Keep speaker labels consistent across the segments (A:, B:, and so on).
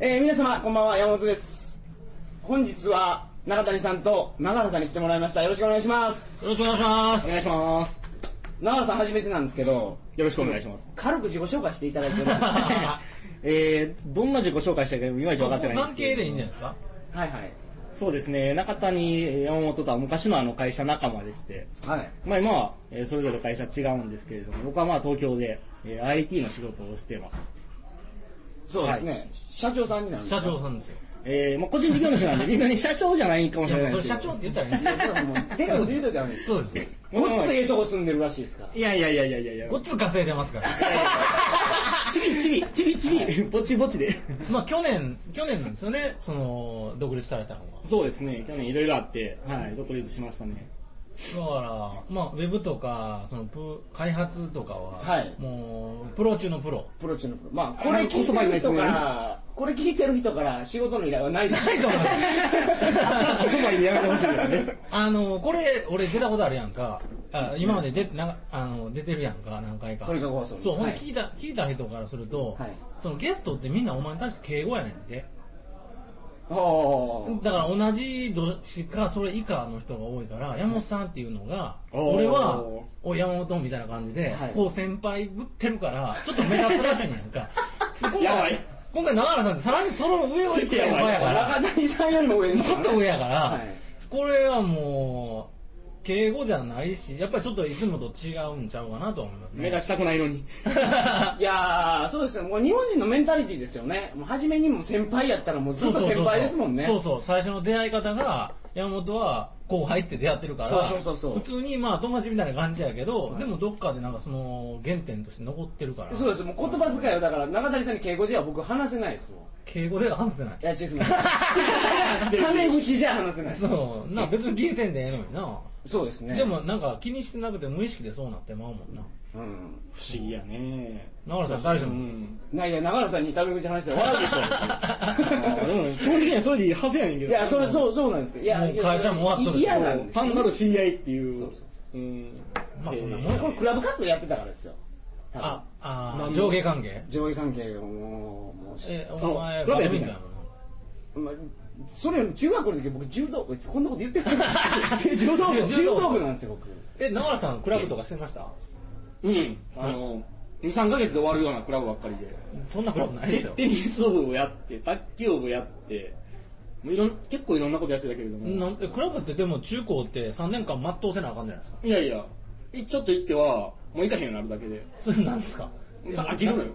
A: えー皆様こんばんは山本です本日は中谷さんと長原さんに来てもらいましたよろしくお願いします
B: よろしくお願いします。
C: 願いします。
A: 長原さん初めてなんですけど
C: よろしくお願いします。
A: 軽く自己紹介していただいてよろしい ですか
C: えー、どんな自己紹介したいかいまいち分かってないんです
B: 関
C: け
B: 係
C: ど。
B: でいいんじゃないですか
A: はいはい
C: そうですね、中谷山本とは昔のあの会社仲間でして、
A: はい
C: まあ今は、えーそれぞれ会社違うんですけれども、僕はまあ東京で、えー IT の仕事をしています。
A: そうですね、社長さんになるんです
B: 社
A: か
B: 長さんですよ。
C: えー、まあ個人事業主なん でみんなに社長じゃないかも
B: い
C: しれ
B: や、
C: ない
B: それ
C: です
B: 社
C: けど
B: 長って言ったらいいんですよ。
A: いやもうでかいこと言うときはダメです
B: そうですよ。
A: ごっつええとこ住んでるらしいですから
C: いやいやいやいやいやいや
B: ご。っつ稼いでますから。
C: ちびちび、ちびちび、ぼちぼちで。
B: まあ去年、去年なんですよね、その、独立されたのは。
C: そうですね、去年いろいろあって、はい、独立しまし たね。
B: だから、まあウェブとか、そのプ、開発とかは、
A: はい
B: もう、プロ中のプロ。
A: プロ中のプロまあこれ聞いてる人からこれ聞いてる人から仕事の依頼はないです
B: ないと思います
C: おそばにやめてほしいですね。
B: あの、これ、俺出たことあるやんか。あ今まで出なんかあの出てるやんか、何回か。
A: とにかく放送
B: そう、ほん
A: はい
B: で聞いた、聞いた人からすると、
A: はい
B: そのゲストってみんなお前に対して敬語やねんって。
A: おー
B: だから同じ年かそれ以下の人が多いから山本さんっていうのが
C: おー
B: 俺はお山本みたいな感じで
A: はい
B: こう先輩ぶってるからちょっと目立つらしいねんかで今回
C: やばい
B: 今回永原さんってさらにその上を行く先輩やから
A: 中谷さんよりも上ですか
B: も
A: ら
B: っ
A: ね
B: と上やから、
A: はい
B: これはもう敬語じゃないしやっぱりちょっといつもと違うんちゃうかなとは思いますね
C: 目立ちたくないのに。
A: いやー、そうですよ。もう日本人のメンタリティですよね。もう初めにもう先輩やったらもうずっと先輩ですもんね。
B: そうそう最初の出会い方が山本は後輩って出会ってるから
A: そうそうそうそう
B: 普通にまあ友達みたいな感じやけど、でもどっかでなんかその原点として残ってるから
A: そうです。もう言葉遣いをだから中谷さんに敬語では僕話せないですもん。
B: 敬語では話せない
A: いや、違う すみません。タメ口じゃ話せない。
B: そうな別に銀線でええのにな、
A: そうですね。
B: で、もなんか気にしてなくて無意識でそうなってまうもんな
A: うん。
C: 不思議やね。
B: 永原さん大丈夫
C: うん。
A: ないや、長野さんにタメ口話したら笑うで し
C: あでも、基本的にはそれでいいはずやねんけ
A: ょ。
C: ど。
A: いや、それ、そう、そうなんですけど。いや、
B: もう会社も終わっとるし
A: いや嫌なんですよ
C: 単なる知り合いっていう。
A: そうそう
C: うん。
B: まあそんなもん
C: え
B: や
C: ー
A: これクラブ活動やってたからですよ。多分
B: ああ上下関係
A: 上位関係がもう、もうし
B: えお前
C: そう
B: バドミントンやもんな
A: まあ、それより中学校の時僕柔道部こんなこと言ってない
B: 柔道部
A: 柔道部なんですよ僕
B: え永原さんクラブとかしてました
C: うん。あの、2、3ヶ月で終わるようなクラブばっかりで。
B: そんなクラブないですよ
C: テニス部をやって、卓球部やって、もういろん結構いろんなことやってたけれども。
B: なんえクラブってでも中高って3年間全うせなあかんじゃないですか
C: いやいや、いちょっと行っては、もう行かへんようになるだけで。
B: それなんですか
C: 飽きるのよ。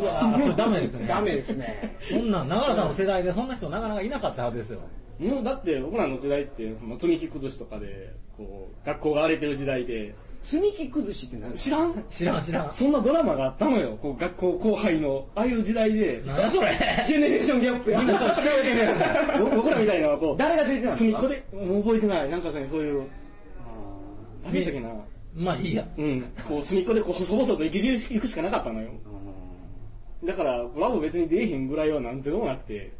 B: うわーそれダメですね
A: ダメですね
B: そんなん永原さんの世代でそんな人なかなかいなかったはずですよ
C: もうだって僕らの時代って、まあ、積み木崩しとかで、こう、学校が荒れてる時代で、
A: 積み木崩しって何です
C: 知
A: から
C: ん
B: 知らん知らん
C: そんなドラマがあったのよ。こう学校後輩の、ああいう時代で、
B: 何やそれ
A: ジェネレーションギャップや
B: みんなと調べてみてください
C: ぼ僕らみたいなのはこう、
A: 誰が出てたんです
C: 隅っ
A: か
C: こで、もう覚えてない。なんかね、そういう、誰だっけな。
B: まあいいや
C: うん。こう、隅っこで、こう、細々と生きていくしかなかったのよ。だから、ブラボー別に出えへんぐらいはなんてでもなくて。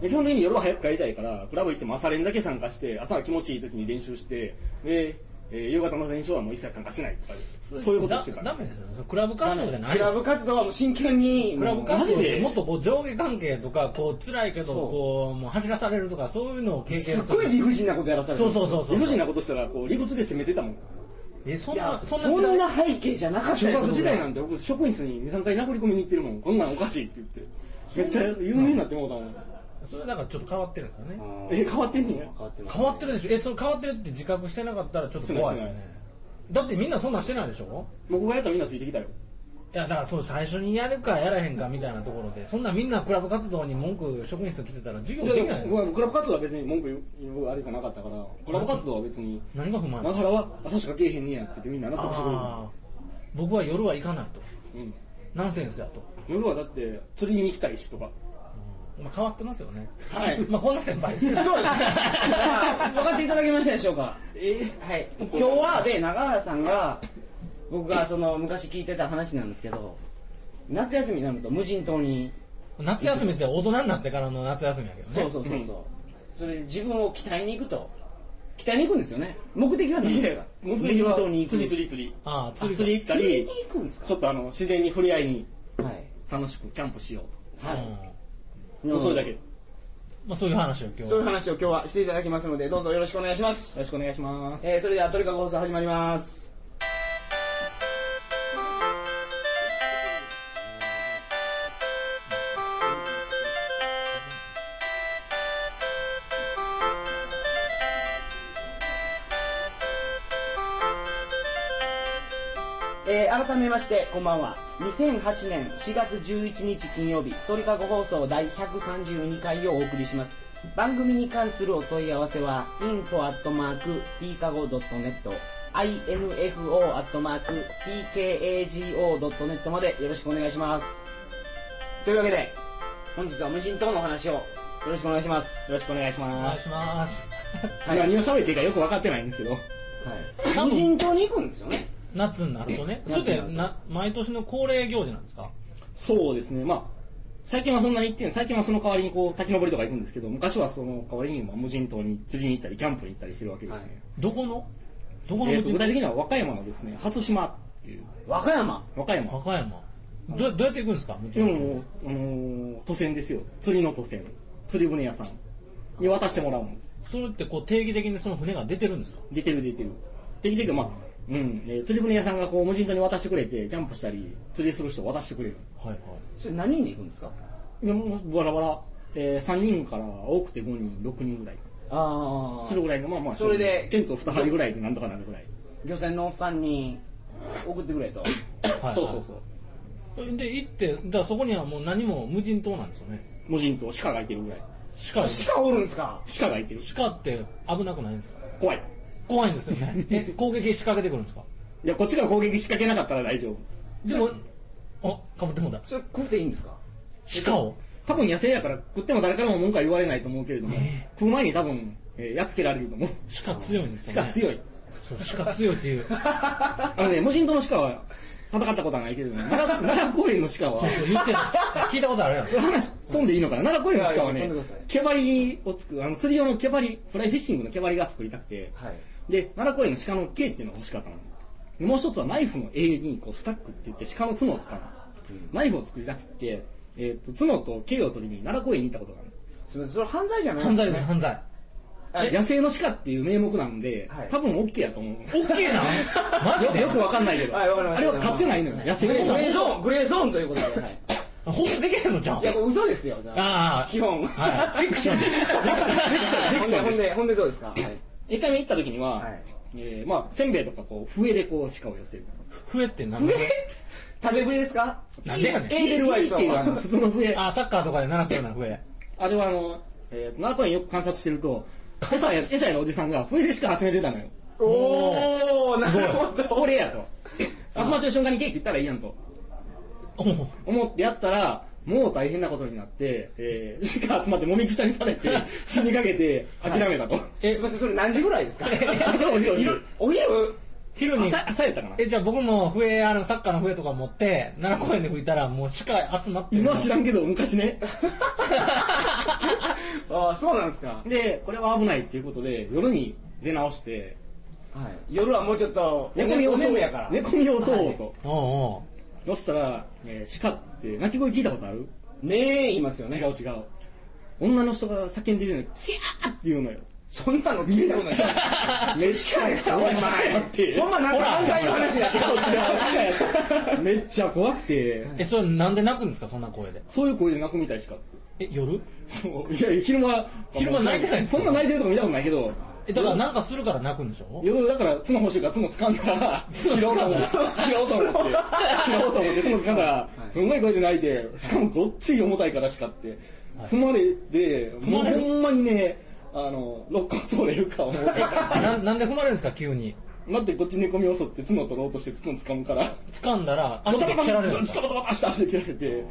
C: で基本的に夜は早く帰りたいから、クラブ行っても朝練だけ参加して、朝は気持ちいい時に練習して、で、えー夕方の練習はもう一切参加しないとか、そういうことしてた
B: だダ
C: の。
B: メですよねそれクラブ活動じゃない
A: クラ
B: ク
A: ブ活動はもう真剣に
B: ラブ活動
C: マジ
B: で
C: で
B: もっとこう上下関係とかこう辛いけど
A: そう
B: こうもう走らされるとかそういうのを経験する
A: すっごい理不尽なことやらされて
B: そ
A: る
B: うそうそうそ
C: 理不尽
B: う
C: なことしたら、こう、理屈で責めてたもん。
B: えそん
A: い
B: な
A: や
B: そ
A: そ
B: んな時代
A: んな背景じゃなかった
C: 小
A: です
C: 学時代な
A: 僕
C: んて僕、職員室に2、3回殴り込みに行ってるもん。こんなんおかしいって言って。めっちゃ有名になってもうたもん。
B: それなんかちょっと変わってるんですよね
A: うん
C: え、変わってんねんや。
A: 変わってます
B: 変わってるでしょえその変わってるって自覚してなかったらちょっと怖いです
C: してない
B: ねだってみんなそんなんしてないでしょ
C: 僕がやったらみんなついてきたよ。
B: いやだからそう最初にやるかやらへんかみたいなところでそんなみんなクラブ活動に文句職員室来てたら授業
C: い
B: で
C: や
B: き
C: で
B: ないです
C: も、僕クラブ活動は別に文句言うあれじゃなかったから、クラブ活動は別に、
B: 何が不満
C: 長原は朝しかけえへんねやって言ってみんな納得してくれて
B: あー僕は夜は行かないと
C: た。うん。
B: ナンセンスやと、
C: 夜はだって、釣りに行きたいしとか。
B: まあ、変わってますよね
A: はい
B: まあこんな先輩です よ
A: そうです 分かっていただけましたでしょうか
C: え
A: はい、今日はで永原さんが僕がその昔聞いてた話なんですけど夏休みになると無人島に、
B: 夏休みって大人になってからの夏休みやけどね
A: そうそうそうそう、それで自分を鍛えに行くと鍛えに行くんですよね目的は何ですか
C: 目的は
A: 無人島に行く
C: 釣り釣り釣り。
B: ああ釣り
C: 釣り行った
A: 釣りに
C: り、
A: 行くんです
C: ち
A: か
C: ょっとあの、自然に触れ合いに
A: はい
C: 楽しくキャンプしようと。
A: はい
C: もうそれだけ。よ
B: まあ、そういう話を今日
A: そういう
B: は
A: 話を今日はしていただきますのでどうぞよろしくお願いします
C: ろしくお願いします。
A: えー、それではトリカゴ放送始まります。えー改めましてこんばんは2008年4月11日金曜日鳥かご放送第132回をお送りします番組に関するお問い合わせは info.tkago.net info.tkago.net までよろしくお願いしますというわけで本日は無人島のお話をよろしくお願いします
C: よろしくお願いし
B: お願
C: ま
B: いし
C: す。
B: ます
C: 何を喋っていいかよく分かってないんですけど。
A: はい無人島に行くんですよね
B: 夏になるとねそれってな毎年の恒例行事なんですか
C: そうですね、まあ、最近はそんなに行ってん、最近はその代わりにこう、滝登りとか行くんですけど、昔はその代わりにまあ無人島に釣りに行ったり、キャンプに行ったりしてるわけですね。
B: どこのどこの
C: えー
B: 無
C: と
B: 人
C: 具体
B: 島
C: 的には和歌山のですね、初島っていう、
A: 和歌山
C: 和歌
B: 和
C: 山。
B: 歌山どどうやって行くんですか無
C: で
B: 人島
C: も、あのー渡船ですよ。釣りの渡船。釣り船屋さんに渡してもらうんです。
B: それってこう定義的にその船が出てるんですか
C: 出てる出てる。できてるまあ、うん、えー釣り船屋さんがこう、無人島に渡してくれて、キャンプしたり、釣りする人を渡してくれる。
B: はいはい
A: それ何人で行くんですか
C: いやもうバラバラ、えー、3人から多くて5人、6人ぐらい。
A: あ
C: それぐらいの、まあまあ、
A: それで
C: テント2張りぐらいでなんとかなるぐらい。
A: 漁船のおっさんに送ってくれと
B: はいはい
C: そうそうそう。
B: で行ってだからそこにはもう何も無人島なんですよね
C: 無人島、鹿がいてるぐらい。
B: 鹿
A: 鹿おるんすか
C: 鹿がいてる。
B: 鹿って危なくないんですか
C: 怖い。
B: 怖いんですよ ねえ攻撃仕掛けてくるんですか
C: いや、こっちが攻撃仕掛けなかったら大丈夫。
B: でもあかぶってもうた
A: それ食っていいんですか
B: 鹿を
C: 多分野生やから食っても誰からも文句は言われないと思うけれども、食う前に多分、えーやっつけられると思う。
B: 鹿強いんですよ
C: 鹿
B: ね
C: 強い。
B: そう鹿強いっていうそう
C: あのね、無人島の鹿は戦ったことはないけれども、奈良奈良公園の鹿 は、
B: そう言ってた聞いたことあるやろ
C: 話飛んでいいのかな奈良公園の鹿はい
A: やいや飛
C: ね
A: んでください、
C: 毛針をつく、あの釣り用の毛針、フライフィッシングの毛針が作りたくて、
A: はい
C: で、奈良公園の鹿の毛っていうのが欲しかったの。でもう一つはナイフの鋭にこうスタックって言って鹿の角を使うの。ナイフを作りたくて、えーっと、角と毛を取りに奈良公園に行ったことがある。
A: すみませんそれ犯罪じゃない
B: 犯罪
A: で
B: ですす
A: ね
B: 犯罪
A: あ
C: 野生の鹿っていう名目なんで、
A: はい
C: 多分 OK やと思う。
B: オッケーなんマ
C: よ
B: ジ
C: く
B: で
C: よくわかんないけど。
A: はいわかりました
C: あれは買ってないのよ。野生
A: グレ
C: の
A: ーゾーングレーゾーンということで、はい、
B: ほんとできへんのじゃん
A: いやこれ嘘ですよじゃあ
B: ああ
A: 基本
B: はいフィクションです
C: フィクションフィクション
A: ほん
C: です
A: でほんでどうですかはい
C: 一回目行った時には、
A: はい
C: えーまあ、せんべいとかこう、笛でこう、鹿を寄せる。
B: 増えてんな増
A: 食べ食いですか
B: なんでやねん
A: エーデルワイス
C: っていうあ の、普通の笛。
B: ああサッカーとかで鳴らすような増え
C: あれはあの、えーと、奈良公園よく観察してると、餌や、餌やのおじさんが笛でしか集めてたのよ。
A: おおなるほど
C: 俺やと。集まってる瞬間にケーキ切ったらいいやんと。
B: おお
C: 思ってやったら、もう大変なことになって、えー、鹿集まってもみくちゃにされ て、死にかけて諦めたと。
A: えすみませんそれ何時ぐらいですか
C: あそうお昼お昼。
A: お昼
B: 昼に
C: 朝、朝やったかな
B: えじゃあ僕も笛あのサッカーの笛とか持って奈良公園で吹いたらもう鹿集まってる
C: 今は知らんけど、昔ね。
A: ああそうなんですか
C: で、これは危ないっていうことで、夜に出直して、
A: はい夜はもうちょっと
C: 寝込み
A: お
C: を襲おう。
A: 眠
C: 寝
A: やから
C: 込みを襲おうと。
B: おおう
C: そしたら、えー鹿って鳴き声聞いたことある
A: ねえ言いますよ
C: 違
A: ね
C: う違う。女の人が叫んでるのに、キャーって言うのよ。
A: そんなの聞いたことない
C: めっちゃ
A: 鹿ですか
C: 怖い
A: ほんま
C: 鹿やって。
A: ほんまなんか犯罪の話だ
C: 違う違う、鹿やって。めっちゃ怖くて、
B: えそれなんで泣くんですかそんな声で
C: そういう声で泣くみたいしか。
B: え夜
C: そういや、昼間、
B: 昼間泣いてないんです
C: そ
B: か
C: んな泣いてるとこ見たことないけど、
B: えだからなんかするから泣くんでしょ
C: 夜だから角欲しいから角掴んだら拾おうと思って拾おうと思って拾おうと思って角掴んだらすんごい声で泣いてしかもごっつい重たいからしかって踏まれて
B: ま
C: も
B: れ
C: う
B: る
C: ほんまにねあの肋骨折れるか思う
B: ななんで踏まれるんですか急に
C: 待ってこっち寝込み襲って角取ろうとして角掴むから
B: 掴んだら足で
C: バ
B: 蹴
C: タ
B: ら
C: バ
B: れるん
C: タ
B: です
C: ズタ
B: か
C: バタバタして足で蹴られて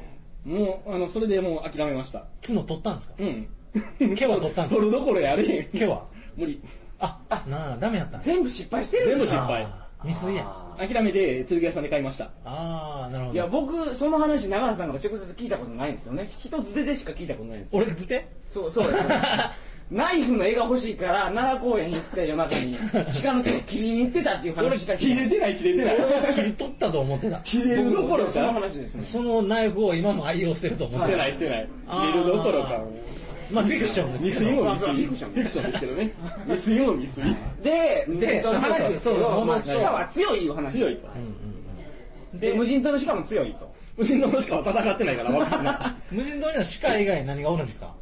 C: もうあのそれでもう諦めました
B: 角取ったんですか
C: うん
B: 毛は取ったんですか
C: 取るどころやれへん
B: 毛は
C: 無理
B: ああなあダメやったんです
A: 全部失敗してる
C: 全
A: ん
C: 部
A: です
C: 失
A: か
C: 敗
B: あー未遂や
A: あ
C: 諦めて剣屋さんで買いました
B: ああなるほ
A: いや
B: ど
A: 僕その話長原さんから直接聞いたことないんですよね一つででしか聞いたことないんですよ
B: 俺ずて
A: そうそうですね ナイフの絵が欲しいから奈良公園行って夜中に鹿の手を切りに行ってたっていう話が
C: 切
A: 聞い
C: れ
A: て
C: てない、切れてない。
B: 俺は切り取ったと思ってた
C: 切れるどころか。
A: その
C: し
A: 話ですね
B: そのナイフを今も愛用してると思っててた
C: ない、してない。
B: あー
C: 切れるどころか。
B: まあフィクションで
C: 未
B: すけ
C: 遂
B: ど
C: も未
A: ま
C: 遂。
A: あまあフ
C: フィ
A: ィ
C: ク
A: ク
C: シ
A: シ
C: ョ
A: ョ
C: ン
A: ン
C: ですけどね。未遂も未遂。
A: で
B: で
A: えっと
B: そうそう
A: 話ですけ
B: そうそ
A: ど
B: う
A: まあ
B: 戻して
A: 鹿は強いいう話
C: 強いさ。
A: で無人島の鹿も強いと
C: 無人島の鹿は戦ってないから分かんな
B: 無人島には鹿以外何がおるんですか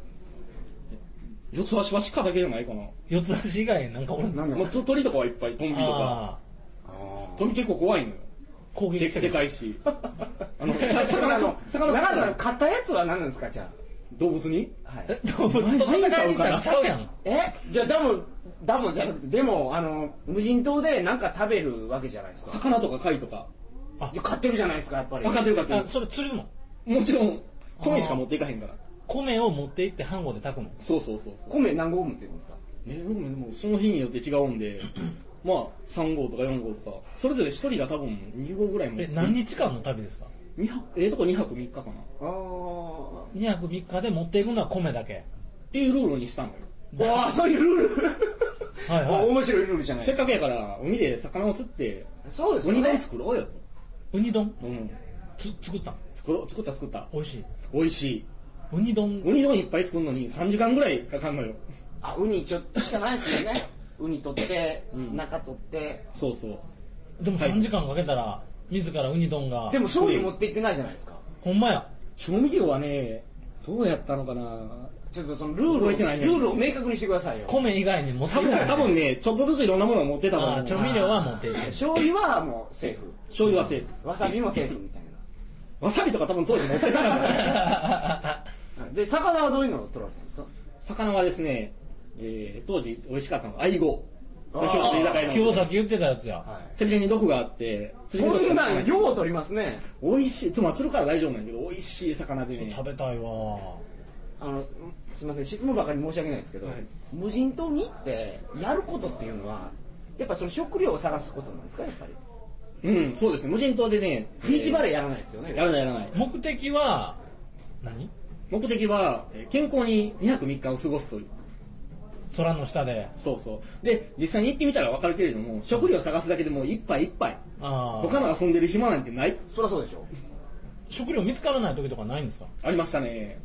C: い。四つ足は鹿だけじゃないかな。
B: 四つ足以外何かおるんです
A: な
B: か
A: んだ
C: まあ、と鳥とかはいっぱい、トンビとか。
B: ああ
C: トンビ結構怖いのよ。
B: 攻
C: で
B: 撃して
C: で
B: く
C: か
B: る
C: いし。あの、
A: あ
C: さ
A: ー
C: 魚の、
A: 魚
C: 魚の
A: 中田さん買ったやつは何なんですかじゃ
C: 動物に
A: あはい
B: え動物と戦いに行ったらちゃうやん
A: えじゃあダムダムじゃなくてでもあの無人島で何か食べるわけじゃないですか
C: 魚とか貝とか。
A: いや買ってるじゃないですかやっぱり
C: 分かってるかって
B: あ
C: る。
B: それ釣るの
C: もちろん、米しか持っていかへんから。
B: 米を持って行って飯盒で炊くの
C: そうそうそうそう。
A: 米何合持ってるんですか
C: えー、でもその日によって違うんで、まあ、3号とか4号とか、それぞれ1人が多分2号ぐらいも。
B: え何日間の旅ですか
C: 二泊ええとこ2泊3日かな。っ
A: ああ
B: 2泊3日で持っていくのは米だけ
C: ていうルールにしたのよ。
A: わあそういうルール
B: はいはい
A: 面白いルールじゃない
C: せ
A: で
C: っ
A: すか
C: かくやから、海で魚を釣って、
A: そうです
C: お
A: よ
C: に丼
A: ね
C: 作ろうよと。
B: ウニ丼
C: うん。
B: つ作ったん
C: 作ろう、作った作った。
B: 美味しい
C: 美味しい。
B: ウニ丼
C: ウニ丼いっぱい作るのに3時間ぐらいかかんのよ。
A: あウニちょっとしかないですよねウニ取って
C: うん
A: 中取って
C: そうそう。
B: でも3時間かけたら自らウニ丼が
A: でも醤油持って行ってないじゃないですか
B: ほんまや
C: 調味料はね、どうやったのかな
A: ちょっとそのルールを
C: 覚え
A: ル
C: てないね
A: ールを明確にしてくださいよ
B: 米以外に持って
C: 多
B: 行った
C: 分、
B: ら
C: 多分ね、ちょっとずついろんなものを持ってたと
B: あ
C: 思
B: あ
C: う。
B: 調味料は持って行って
A: 醤油はもうセーフ
C: 醤油はセーフ。
A: わさびもセーフみたい
C: わさびとか多分当時持ってなかったから。
A: なで魚はどういうのを取られたんですか
C: 魚はですね、えー当時美味しかったのがアイゴ。
A: あ
C: 今
A: ー
C: 日の居酒
B: 今日
C: 屋の。
B: さっき言ってたやつや
C: 背びれに毒があって、
A: そんなんよう取りますね
C: 美味しい、つまり釣るから大丈夫なんだけど、美味しい魚でね
B: 食。べたいわ
A: あのすみません質問ばかり申し訳ないですけど、
C: はい
A: 無人島に行ってやることっていうのはやっぱその食料を探すことなんですかやっぱり
C: うん、そうですね。無人島でね。
A: ビーチバ
C: レ
A: レーやらないですよね、
C: ーやらないやらない。
B: 目的は何
C: 目的は、えー健康に2泊3日を過ごすという。
B: 空の下で
C: そうそう。で、実際に行ってみたらわかるけれども、食料探すだけでもういっぱいいっぱい。
B: あ
C: 他
B: あ
C: の遊んでる暇なんてない。
A: そりゃそうでしょ
B: 食料見つからない時とかないんですか
C: ありましたね。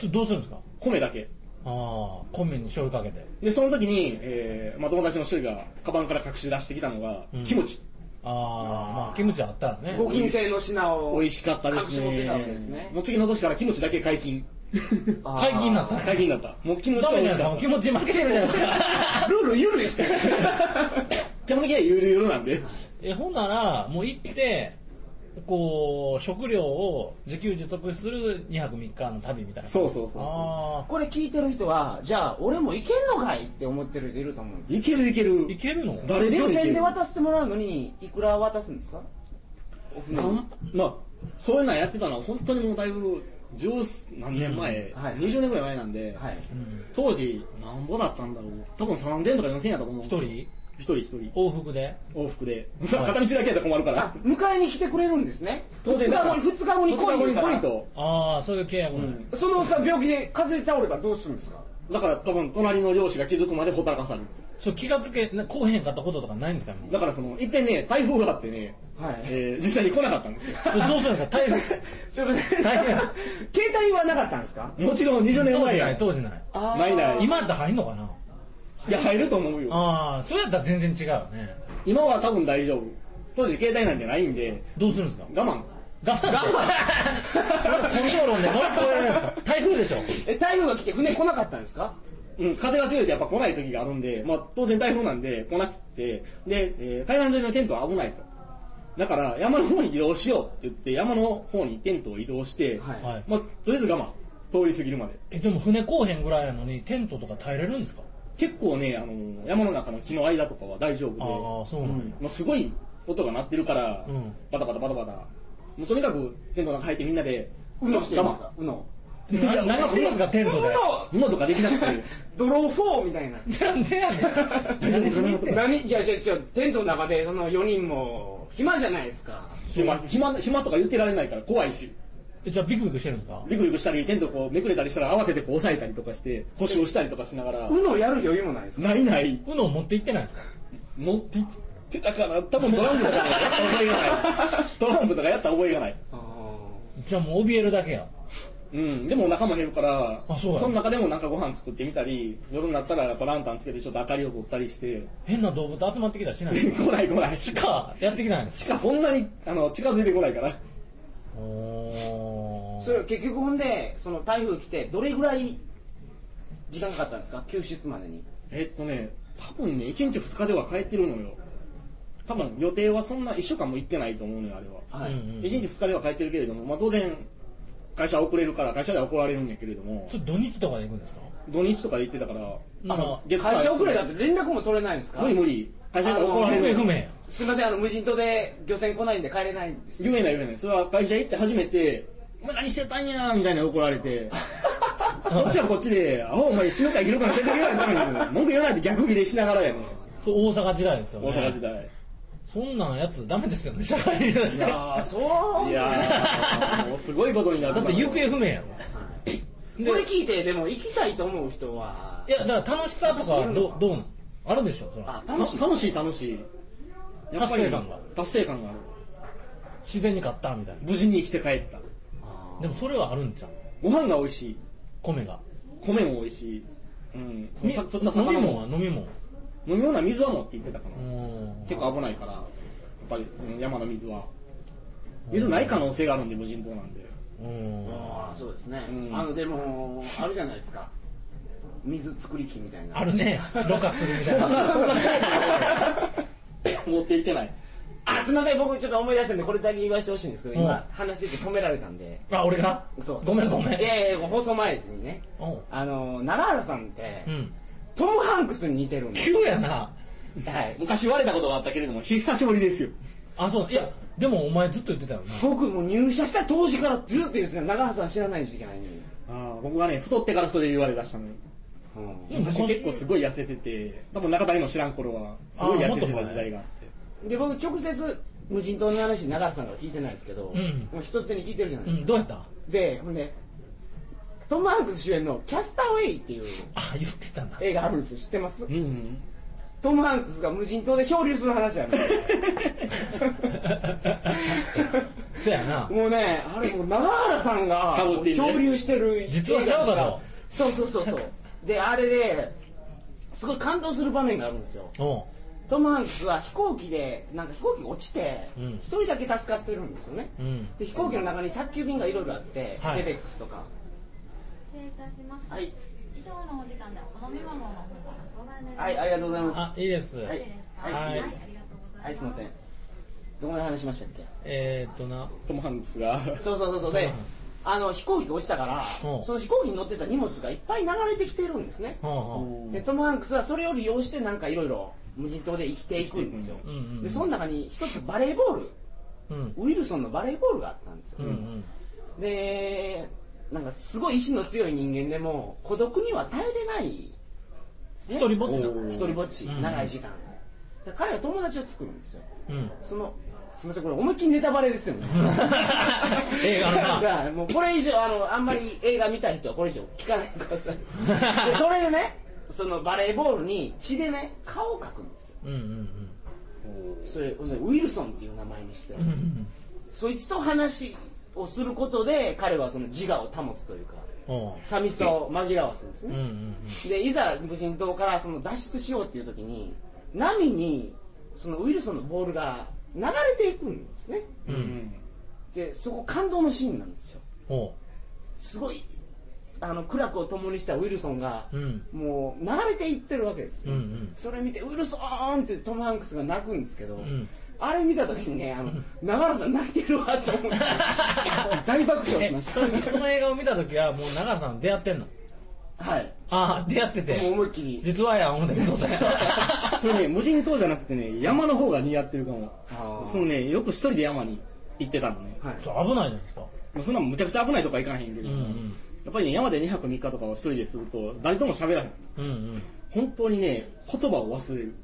B: ちょどうするんですか
C: 米だけ。
B: ああ米に醤油かけて
C: で、その時に、えーまあ、友達の一人が、カバンから隠し出してきたのが、
B: うん
C: キムチ。
B: ああまあキムチあったらね
A: ご金製の品を
C: 美味しかったですね。
A: 隠し持ってたわけですね
C: もう次の年からキムチだけ解 禁。
B: 解禁になった
C: 解禁だった。もうキムチ
B: ダ
C: は
B: メ
C: 美
B: じゃないです
C: 味し
B: か
C: かった
B: 気。持ち負けてるじゃないです か
A: ル ール緩いですね
C: 基本的にはゆるゆるなんで。
B: えほんならもう行ってこう食料を自給自足する2泊3日の旅みたいな
C: そうそうそうそう
B: あ
A: これ聞いてる人はじゃあ俺も行けんのかいって思ってる人いると思うんですよ
C: いけるいけ
B: あい
C: る。
B: けるの
C: 誰でも
A: 漁
C: いけ
A: 船
C: る
A: で。渡してもらうのにいくら渡すんですかお船に
C: まあ、そういうのやってたのは本当にもうだいぶ十何年前、
A: うんはい
C: 20年ぐらい前なんで、
A: はい
B: うん
C: 当時なんぼだったんだろう。多分3000とか4000やったと思う。
B: 一人
C: 一人一人。
B: 往復で
C: 往復で。片道だけやったら困るから
A: あ。迎えに来てくれるんですね
C: 当然
A: 2
C: だ
A: 日
C: から
A: 後に2日後に来い
C: 二
A: 言う
C: 日
A: か
C: 後に来い
A: ら
C: と。
B: ああそういう契約なの、
C: うん
A: そのおっさん病気で風邪倒れたらどうするんですか
C: だから多分隣の漁師が気づくまでほったらかされる。
B: そう気がつけなこうへんかったこととかないんですか今
C: だからその、いっぺんね、台風があってね、
A: はい
C: えー実際に来なかったんですよ。
B: これどうするんですか大変
A: すいません
B: 大変
A: 携帯はなかったんですか
C: もちろん20年
B: 当
C: 前
B: 時
C: や
B: なんい。当時ない
A: あー
C: ないない。
B: 今だったら入んのかない
C: や、入ると思うよ。
B: ああそれやったら全然違うよね
C: 今は多分大丈夫。当時携帯なんてないんで、
B: どうするんですか
C: 我慢。
B: 我 慢それコントロールで乗り越えられるんですか台風でしょ
A: え台風が来て船来なかったんですか
C: うん、風が強いとやっぱ来ない時があるんで、まあ当然台風なんで来なくて、で、えー海岸沿いのテントは危ないと。だから山の方に移動しようって言って、山の方にテントを移動して、
A: はい
B: はい
C: まあとりあえず我慢。通り過ぎるまで。
B: えでも船来おへんぐらいやのにテントとか耐えれるんですか
C: 結構ね、あの山の中の木の間とかは大丈夫で、
B: ああそうなんや、
C: まあ、すごい音が鳴ってるから、
B: うん
C: バタバタバタバタ。もうとにかくテントの中入ってみんなで、
A: うのしてるんです
C: 我
A: かうの
C: 慢
B: な何してるんですかテントで
C: うのとかできなくて。
A: ドロー4みたいな
B: なんでやねん 何しに行ってんの
A: 何じゃあじゃあじゃあテントの中でその4人も暇じゃないですか
C: 暇、暇、暇とか言ってられないから怖いし。
B: えじゃあビクビクしてるんですか
C: ビクビクしたり、テントこうめくれたりしたら慌ててこう押さえたりとかして、腰をしたりとかしながら、
A: うのやる余裕もないですか
C: ないない、
B: うのを持って行ってないんですか
C: 持って行ってたから、多分トランプとかやった覚えがない。トランプとかやった覚えがない。
A: あ
B: じゃあもう怯えるだけや。
C: うん、でもお腹も減るから
B: あそうや
C: の中でもなんかご飯作ってみたり、夜になったらやっぱランタンつけてちょっと明かりを取ったりして、
B: 変な動物集まってきたりしないんですか
C: 来ない来ない。し
B: か、やってきないんです
C: しかそんなにあの近づいてこないから。
B: お
A: ー
B: ー
A: それは結局ほんでその台風来てどれぐらい時間かかったんですか救出までに
C: えっとね、多分ね、1日2日では帰ってるのよ。多分予定はそんな1週間も行ってないと思うのよ、あれは。
A: はい、
B: うんうん
C: 1日2日では帰ってるけれども、まあ当然、会社遅れるから、会社では怒られるんやけれども
B: そ、れ土日とかで行くんですか
C: 土日とかで行ってたから、
B: まあ
C: 月火
A: 会社遅れだって連絡も取れないんですか
C: 無理無理。会社で怒られ
B: 行方
C: るの
B: 不
C: よ。
B: 明や。
A: すみませんあの無人島で漁船来ないんで帰れないんですよ
C: 有名ない有名ない。それは会社行って初めて、お前何してたんやみたいな怒られ て、こっちはこっちで、あお前死ぬか生きるかの選択言われたのに、文句言わないって逆切れしながらやねん。
B: そう、大阪時代ですよね。
C: 大阪時代。
B: そんなんやつダメですよね、社会に出して。だ
A: あそう
C: いやー、もうすごいことになった。
B: って行方不明やろ。
A: これ
B: で、
A: 聞いてでも行きたいと思う人はい
B: や、だから楽しさとかはどうどうなんあるでしょ、それは
A: あ楽しい
C: 楽しい楽しいやっぱり
B: 達成感が
C: 達成感がある
B: 自然に勝ったみたい
C: 無事に生きて帰った
B: な。でもそれはあるんじゃん。
C: ご飯が美味しい
B: 米が。
C: 米も美味しいうん
B: み
C: さ
B: 飲
C: そん
B: み
C: な魚
B: 物
C: も
B: は飲み物。
C: 飲み物は水は持って言ってたかな
B: うん
C: 結構危ないからやっぱり、うん山の水は水ない可能性があるんで無人島なんで
B: うん
A: ああそうですね、
C: うん
A: あのでもあるじゃないですか水作り機みたいな
B: あるね。ろ過するみたい
C: そん
B: な。
C: なそんな 持って行ってない
A: あすみません僕ちょっと思い出したんでこれだけ言わしてほしいんですけど、
B: うん
A: 今話してて止められたんで
B: あ、俺が
A: そう
B: ごめんごめん
A: い。やいや放送前にね
B: おう
A: あの奈良原さんって、
B: うん。
A: トム・ハンクスに似てるんで
B: 急やな。
A: はい
C: 昔言われたことがあったけれども久しぶりですよ
B: あ、そう。いや、でもお前ずっと言ってたよな。
A: 僕もう入社した当時からずっと言ってた長原さん知らない時間に、
C: ああ僕がね太ってからそれ言われだしたのよ
A: うん
B: うん
C: 昔結構すごい痩せてて多分中谷の知らん頃はすごい痩せてた時代があって
A: で僕直接無人島の話長原さんから聞いてないですけど、
B: ん
A: もう一つ手に聞いてるじゃないうですか、
B: ん、どうやった
A: でほんでトム・ハンクス主演の「キャスターウェイ」っていう
B: あ、言ってたな。
A: 映画あるんですよ知ってます
C: うんうん
A: トム・ハンクスが無人島で漂流する話ある
B: そうやな。
A: もうねあれもう長原さんが
C: 被
A: もう
C: ってるね
A: 漂流してる
B: 実はちゃうかと
A: 映画でしたそうそうそうそうであれですごい感動する場面があるんですよ
B: おう
A: トム・ハンクスは飛行機でなんか飛行機が落ちて
B: うん
A: 一人だけ助かってるんですよね、
B: うん。
A: で飛行機の中に宅急便がいろいろあって、
B: は
A: フ
B: い
A: ェデックスとか
D: 失礼いたします。
A: はい。
D: 以上のお時間でお飲み物の方がご覧になります。
A: はいありがとうございます
B: あ、いいです。
A: はい
D: いいですか
A: はい
D: はいい。
B: い
D: あ
B: で
D: り
B: す
D: がとうございます。
A: はいすいませんどこまで話しましたっけ
B: えーっとな。
C: トム・ハンクスが
A: そうそうそうそうであの飛行機が落ちたから
B: うん
A: その飛行機に乗ってた荷物がいっぱい流れてきてるんですね
B: うんうん
A: でトム・ハンクスはそれを利用してなんかいろいろ無人島で生きていくんですよ
B: うんうん
A: でその中に一つバレーボール
B: うん。
A: ウィルソンのバレーボールがあったんですよ、
B: うんうん。
A: でなんかすごい意志の強い人間でも孤独には耐えれないですね
B: 一人ぼっちな
A: 一人ぼっち
B: うん
A: 長い時間、で彼は友達を作るんですよ
B: うん。
A: そのすみませんこれ思いっきりネタバレですよね
B: 映画 のな
A: だからもうこれ以上あのあんまり映画見たい人はこれ以上聞かないでくだ さいでそれでねそのバレーボールに血でね顔を描くんですよ
B: うんうん
A: それほんでウィルソンっていう名前にして、
B: うんうん。
A: そいつと話をすることで彼はその自我を保つというか
B: おう
A: 寂しさを紛らわすんです
B: うんう
A: ね、
B: ん
A: でいざ無人島からその脱出しようっていう時に波にそのウィルソンのボールが流れていくんですね
B: うん。うん。
A: でそこ感動のシーンなんですよ
B: おう
A: すごいあの苦楽を共にしたウィルソンが、
B: うん。
A: もう流れていってるわけですよ、
B: うんうん
A: それ見てウィルソンってトム・ハンクスが泣くんですけど、
B: ん
A: あれ見た時にねあの長原さん泣いてるわと思って大爆笑し
B: え
A: まし
B: それ その映画を見た時はもう長野さん出会ってんの
A: たはい
B: ああ出会ってて
A: もう思いっきり
B: 実はや思うんだけど
C: それね無人島じゃなくてね山の方が似合ってるかも
A: あー
C: そのねよく一人で山に行ってたのね
A: はい
B: 危ないじゃないですか
C: そんなむちゃくちゃ危ないとか行かへんけど、
B: うんうん
C: やっぱりね山で2泊3日とかを一人ですると誰とも喋らへん
B: うん
C: 本当にね言葉を忘れる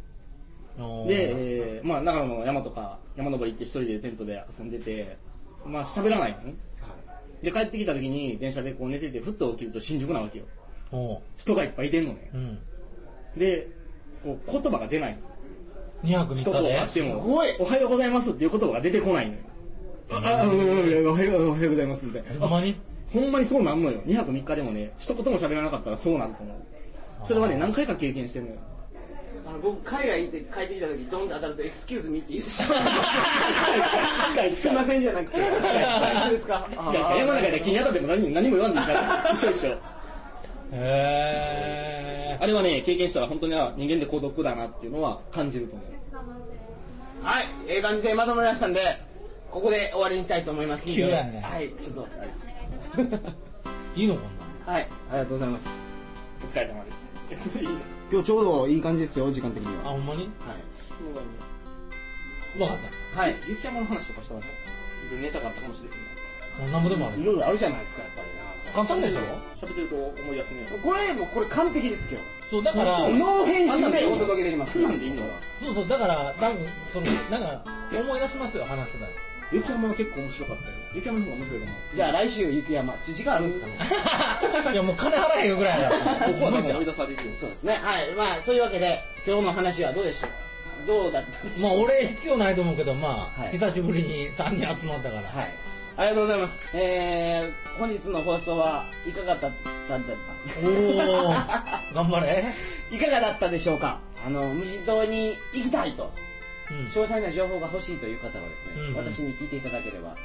B: うんおう
C: で、えーまあ長野の山とか山登り行って一人でテントで遊んでてまあ喋らないんですねで、帰ってきた時に電車でこう寝てて、ふっと起きると新宿なわけよ。
B: おう
C: 人がいっぱいいてんのね。
B: うん。
C: で、こう言葉が出ない。
B: 2泊3日
C: 一つ
B: で。
C: あっても、
A: すごい
C: おはようございますっていう言葉が出てこないのよ。あ、あ、うんうんうん、おはよう、おはようございますみたいな。
B: ほんまに
C: ほんまにそうなんのよ。2泊3日でもね、一言も喋らなかったらそうなると思う。それはね、何回か経験してんのよ。
E: あの僕海外行って帰ってきた時ドンって当たると「エクスキューズミ」って言ってしまう
A: すいませんじゃなくて。大丈夫ですか
C: いや山の中で気に当たっても何も何も言わんでいい から、一緒一緒。
B: へ
C: あれはね、経験したら本当にあ人間って孤独だなっていうのは感じると思う。
A: はい、ええ感じでまとまりましたんで、ここで終わりにしたいと思いますんで。
B: 急やね
A: はい、ちょっと。
B: ー。いいのかな
A: はい、ありがとうございます。
C: お疲れ様です。
A: 今日ちょうどいい感じですよ、時間的に
B: あ、。ほんまにわかった
A: はい。はい
C: 雪山の話とかしてました。ネタがあったかもしれない。。
B: もうなんぼでもある
A: い。ろいろあるじゃないですか、やっぱり
B: 簡単でしょ
C: 喋ってると思い出すね。
A: な。これ、もうこれ完璧ですよ。
B: そう、だから、
A: 今日ノー編集でお届けできます。
C: なんでいいの
B: そうそう、だから、多分その、なんか、思い出しますよ、話してたら。
C: 雪山は結構面白かったよ。雪山の方が面白いと思う。
A: じゃあ来週、雪山。ちょ時間あるんですかね
B: いや、もう金払えよぐらいだから。
C: ここは
B: も
C: 多
B: う
C: 分追い出されるよ。
A: そうですね。はい。まあ、そういうわけで、今日の話はどうでしたどうだったでし
B: まあ、
A: ょう
B: 俺必要ないと思うけど、まあ、
A: はい
B: 久しぶりに3人集まったから。
A: はい。ありがとうございます。えー、本日の放送はいかがだったんだった
B: おおー 頑張れ。
A: いかがだったでしょうかあの、無人島に行きたいと、
B: うん。
A: 詳細な情報が欲しいという方はですね、
B: うんうん
A: 私に聞いていただければ、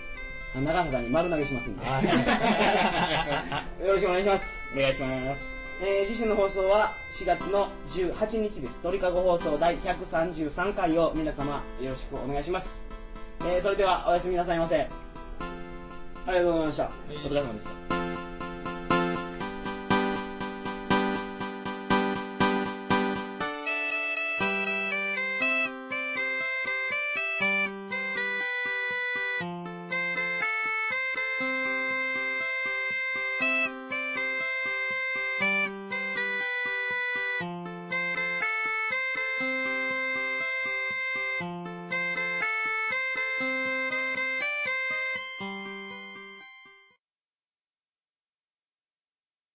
A: あ長原さんに丸投げしますんで。
B: は
A: よろしくお願いします。
C: お願いします。
A: えー次週の放送は4月の18日です。鳥かご放送第133回を皆様よろしくお願いします。えーそれではおやすみなさいませ。ありがとうございました。
C: お疲れ様でした。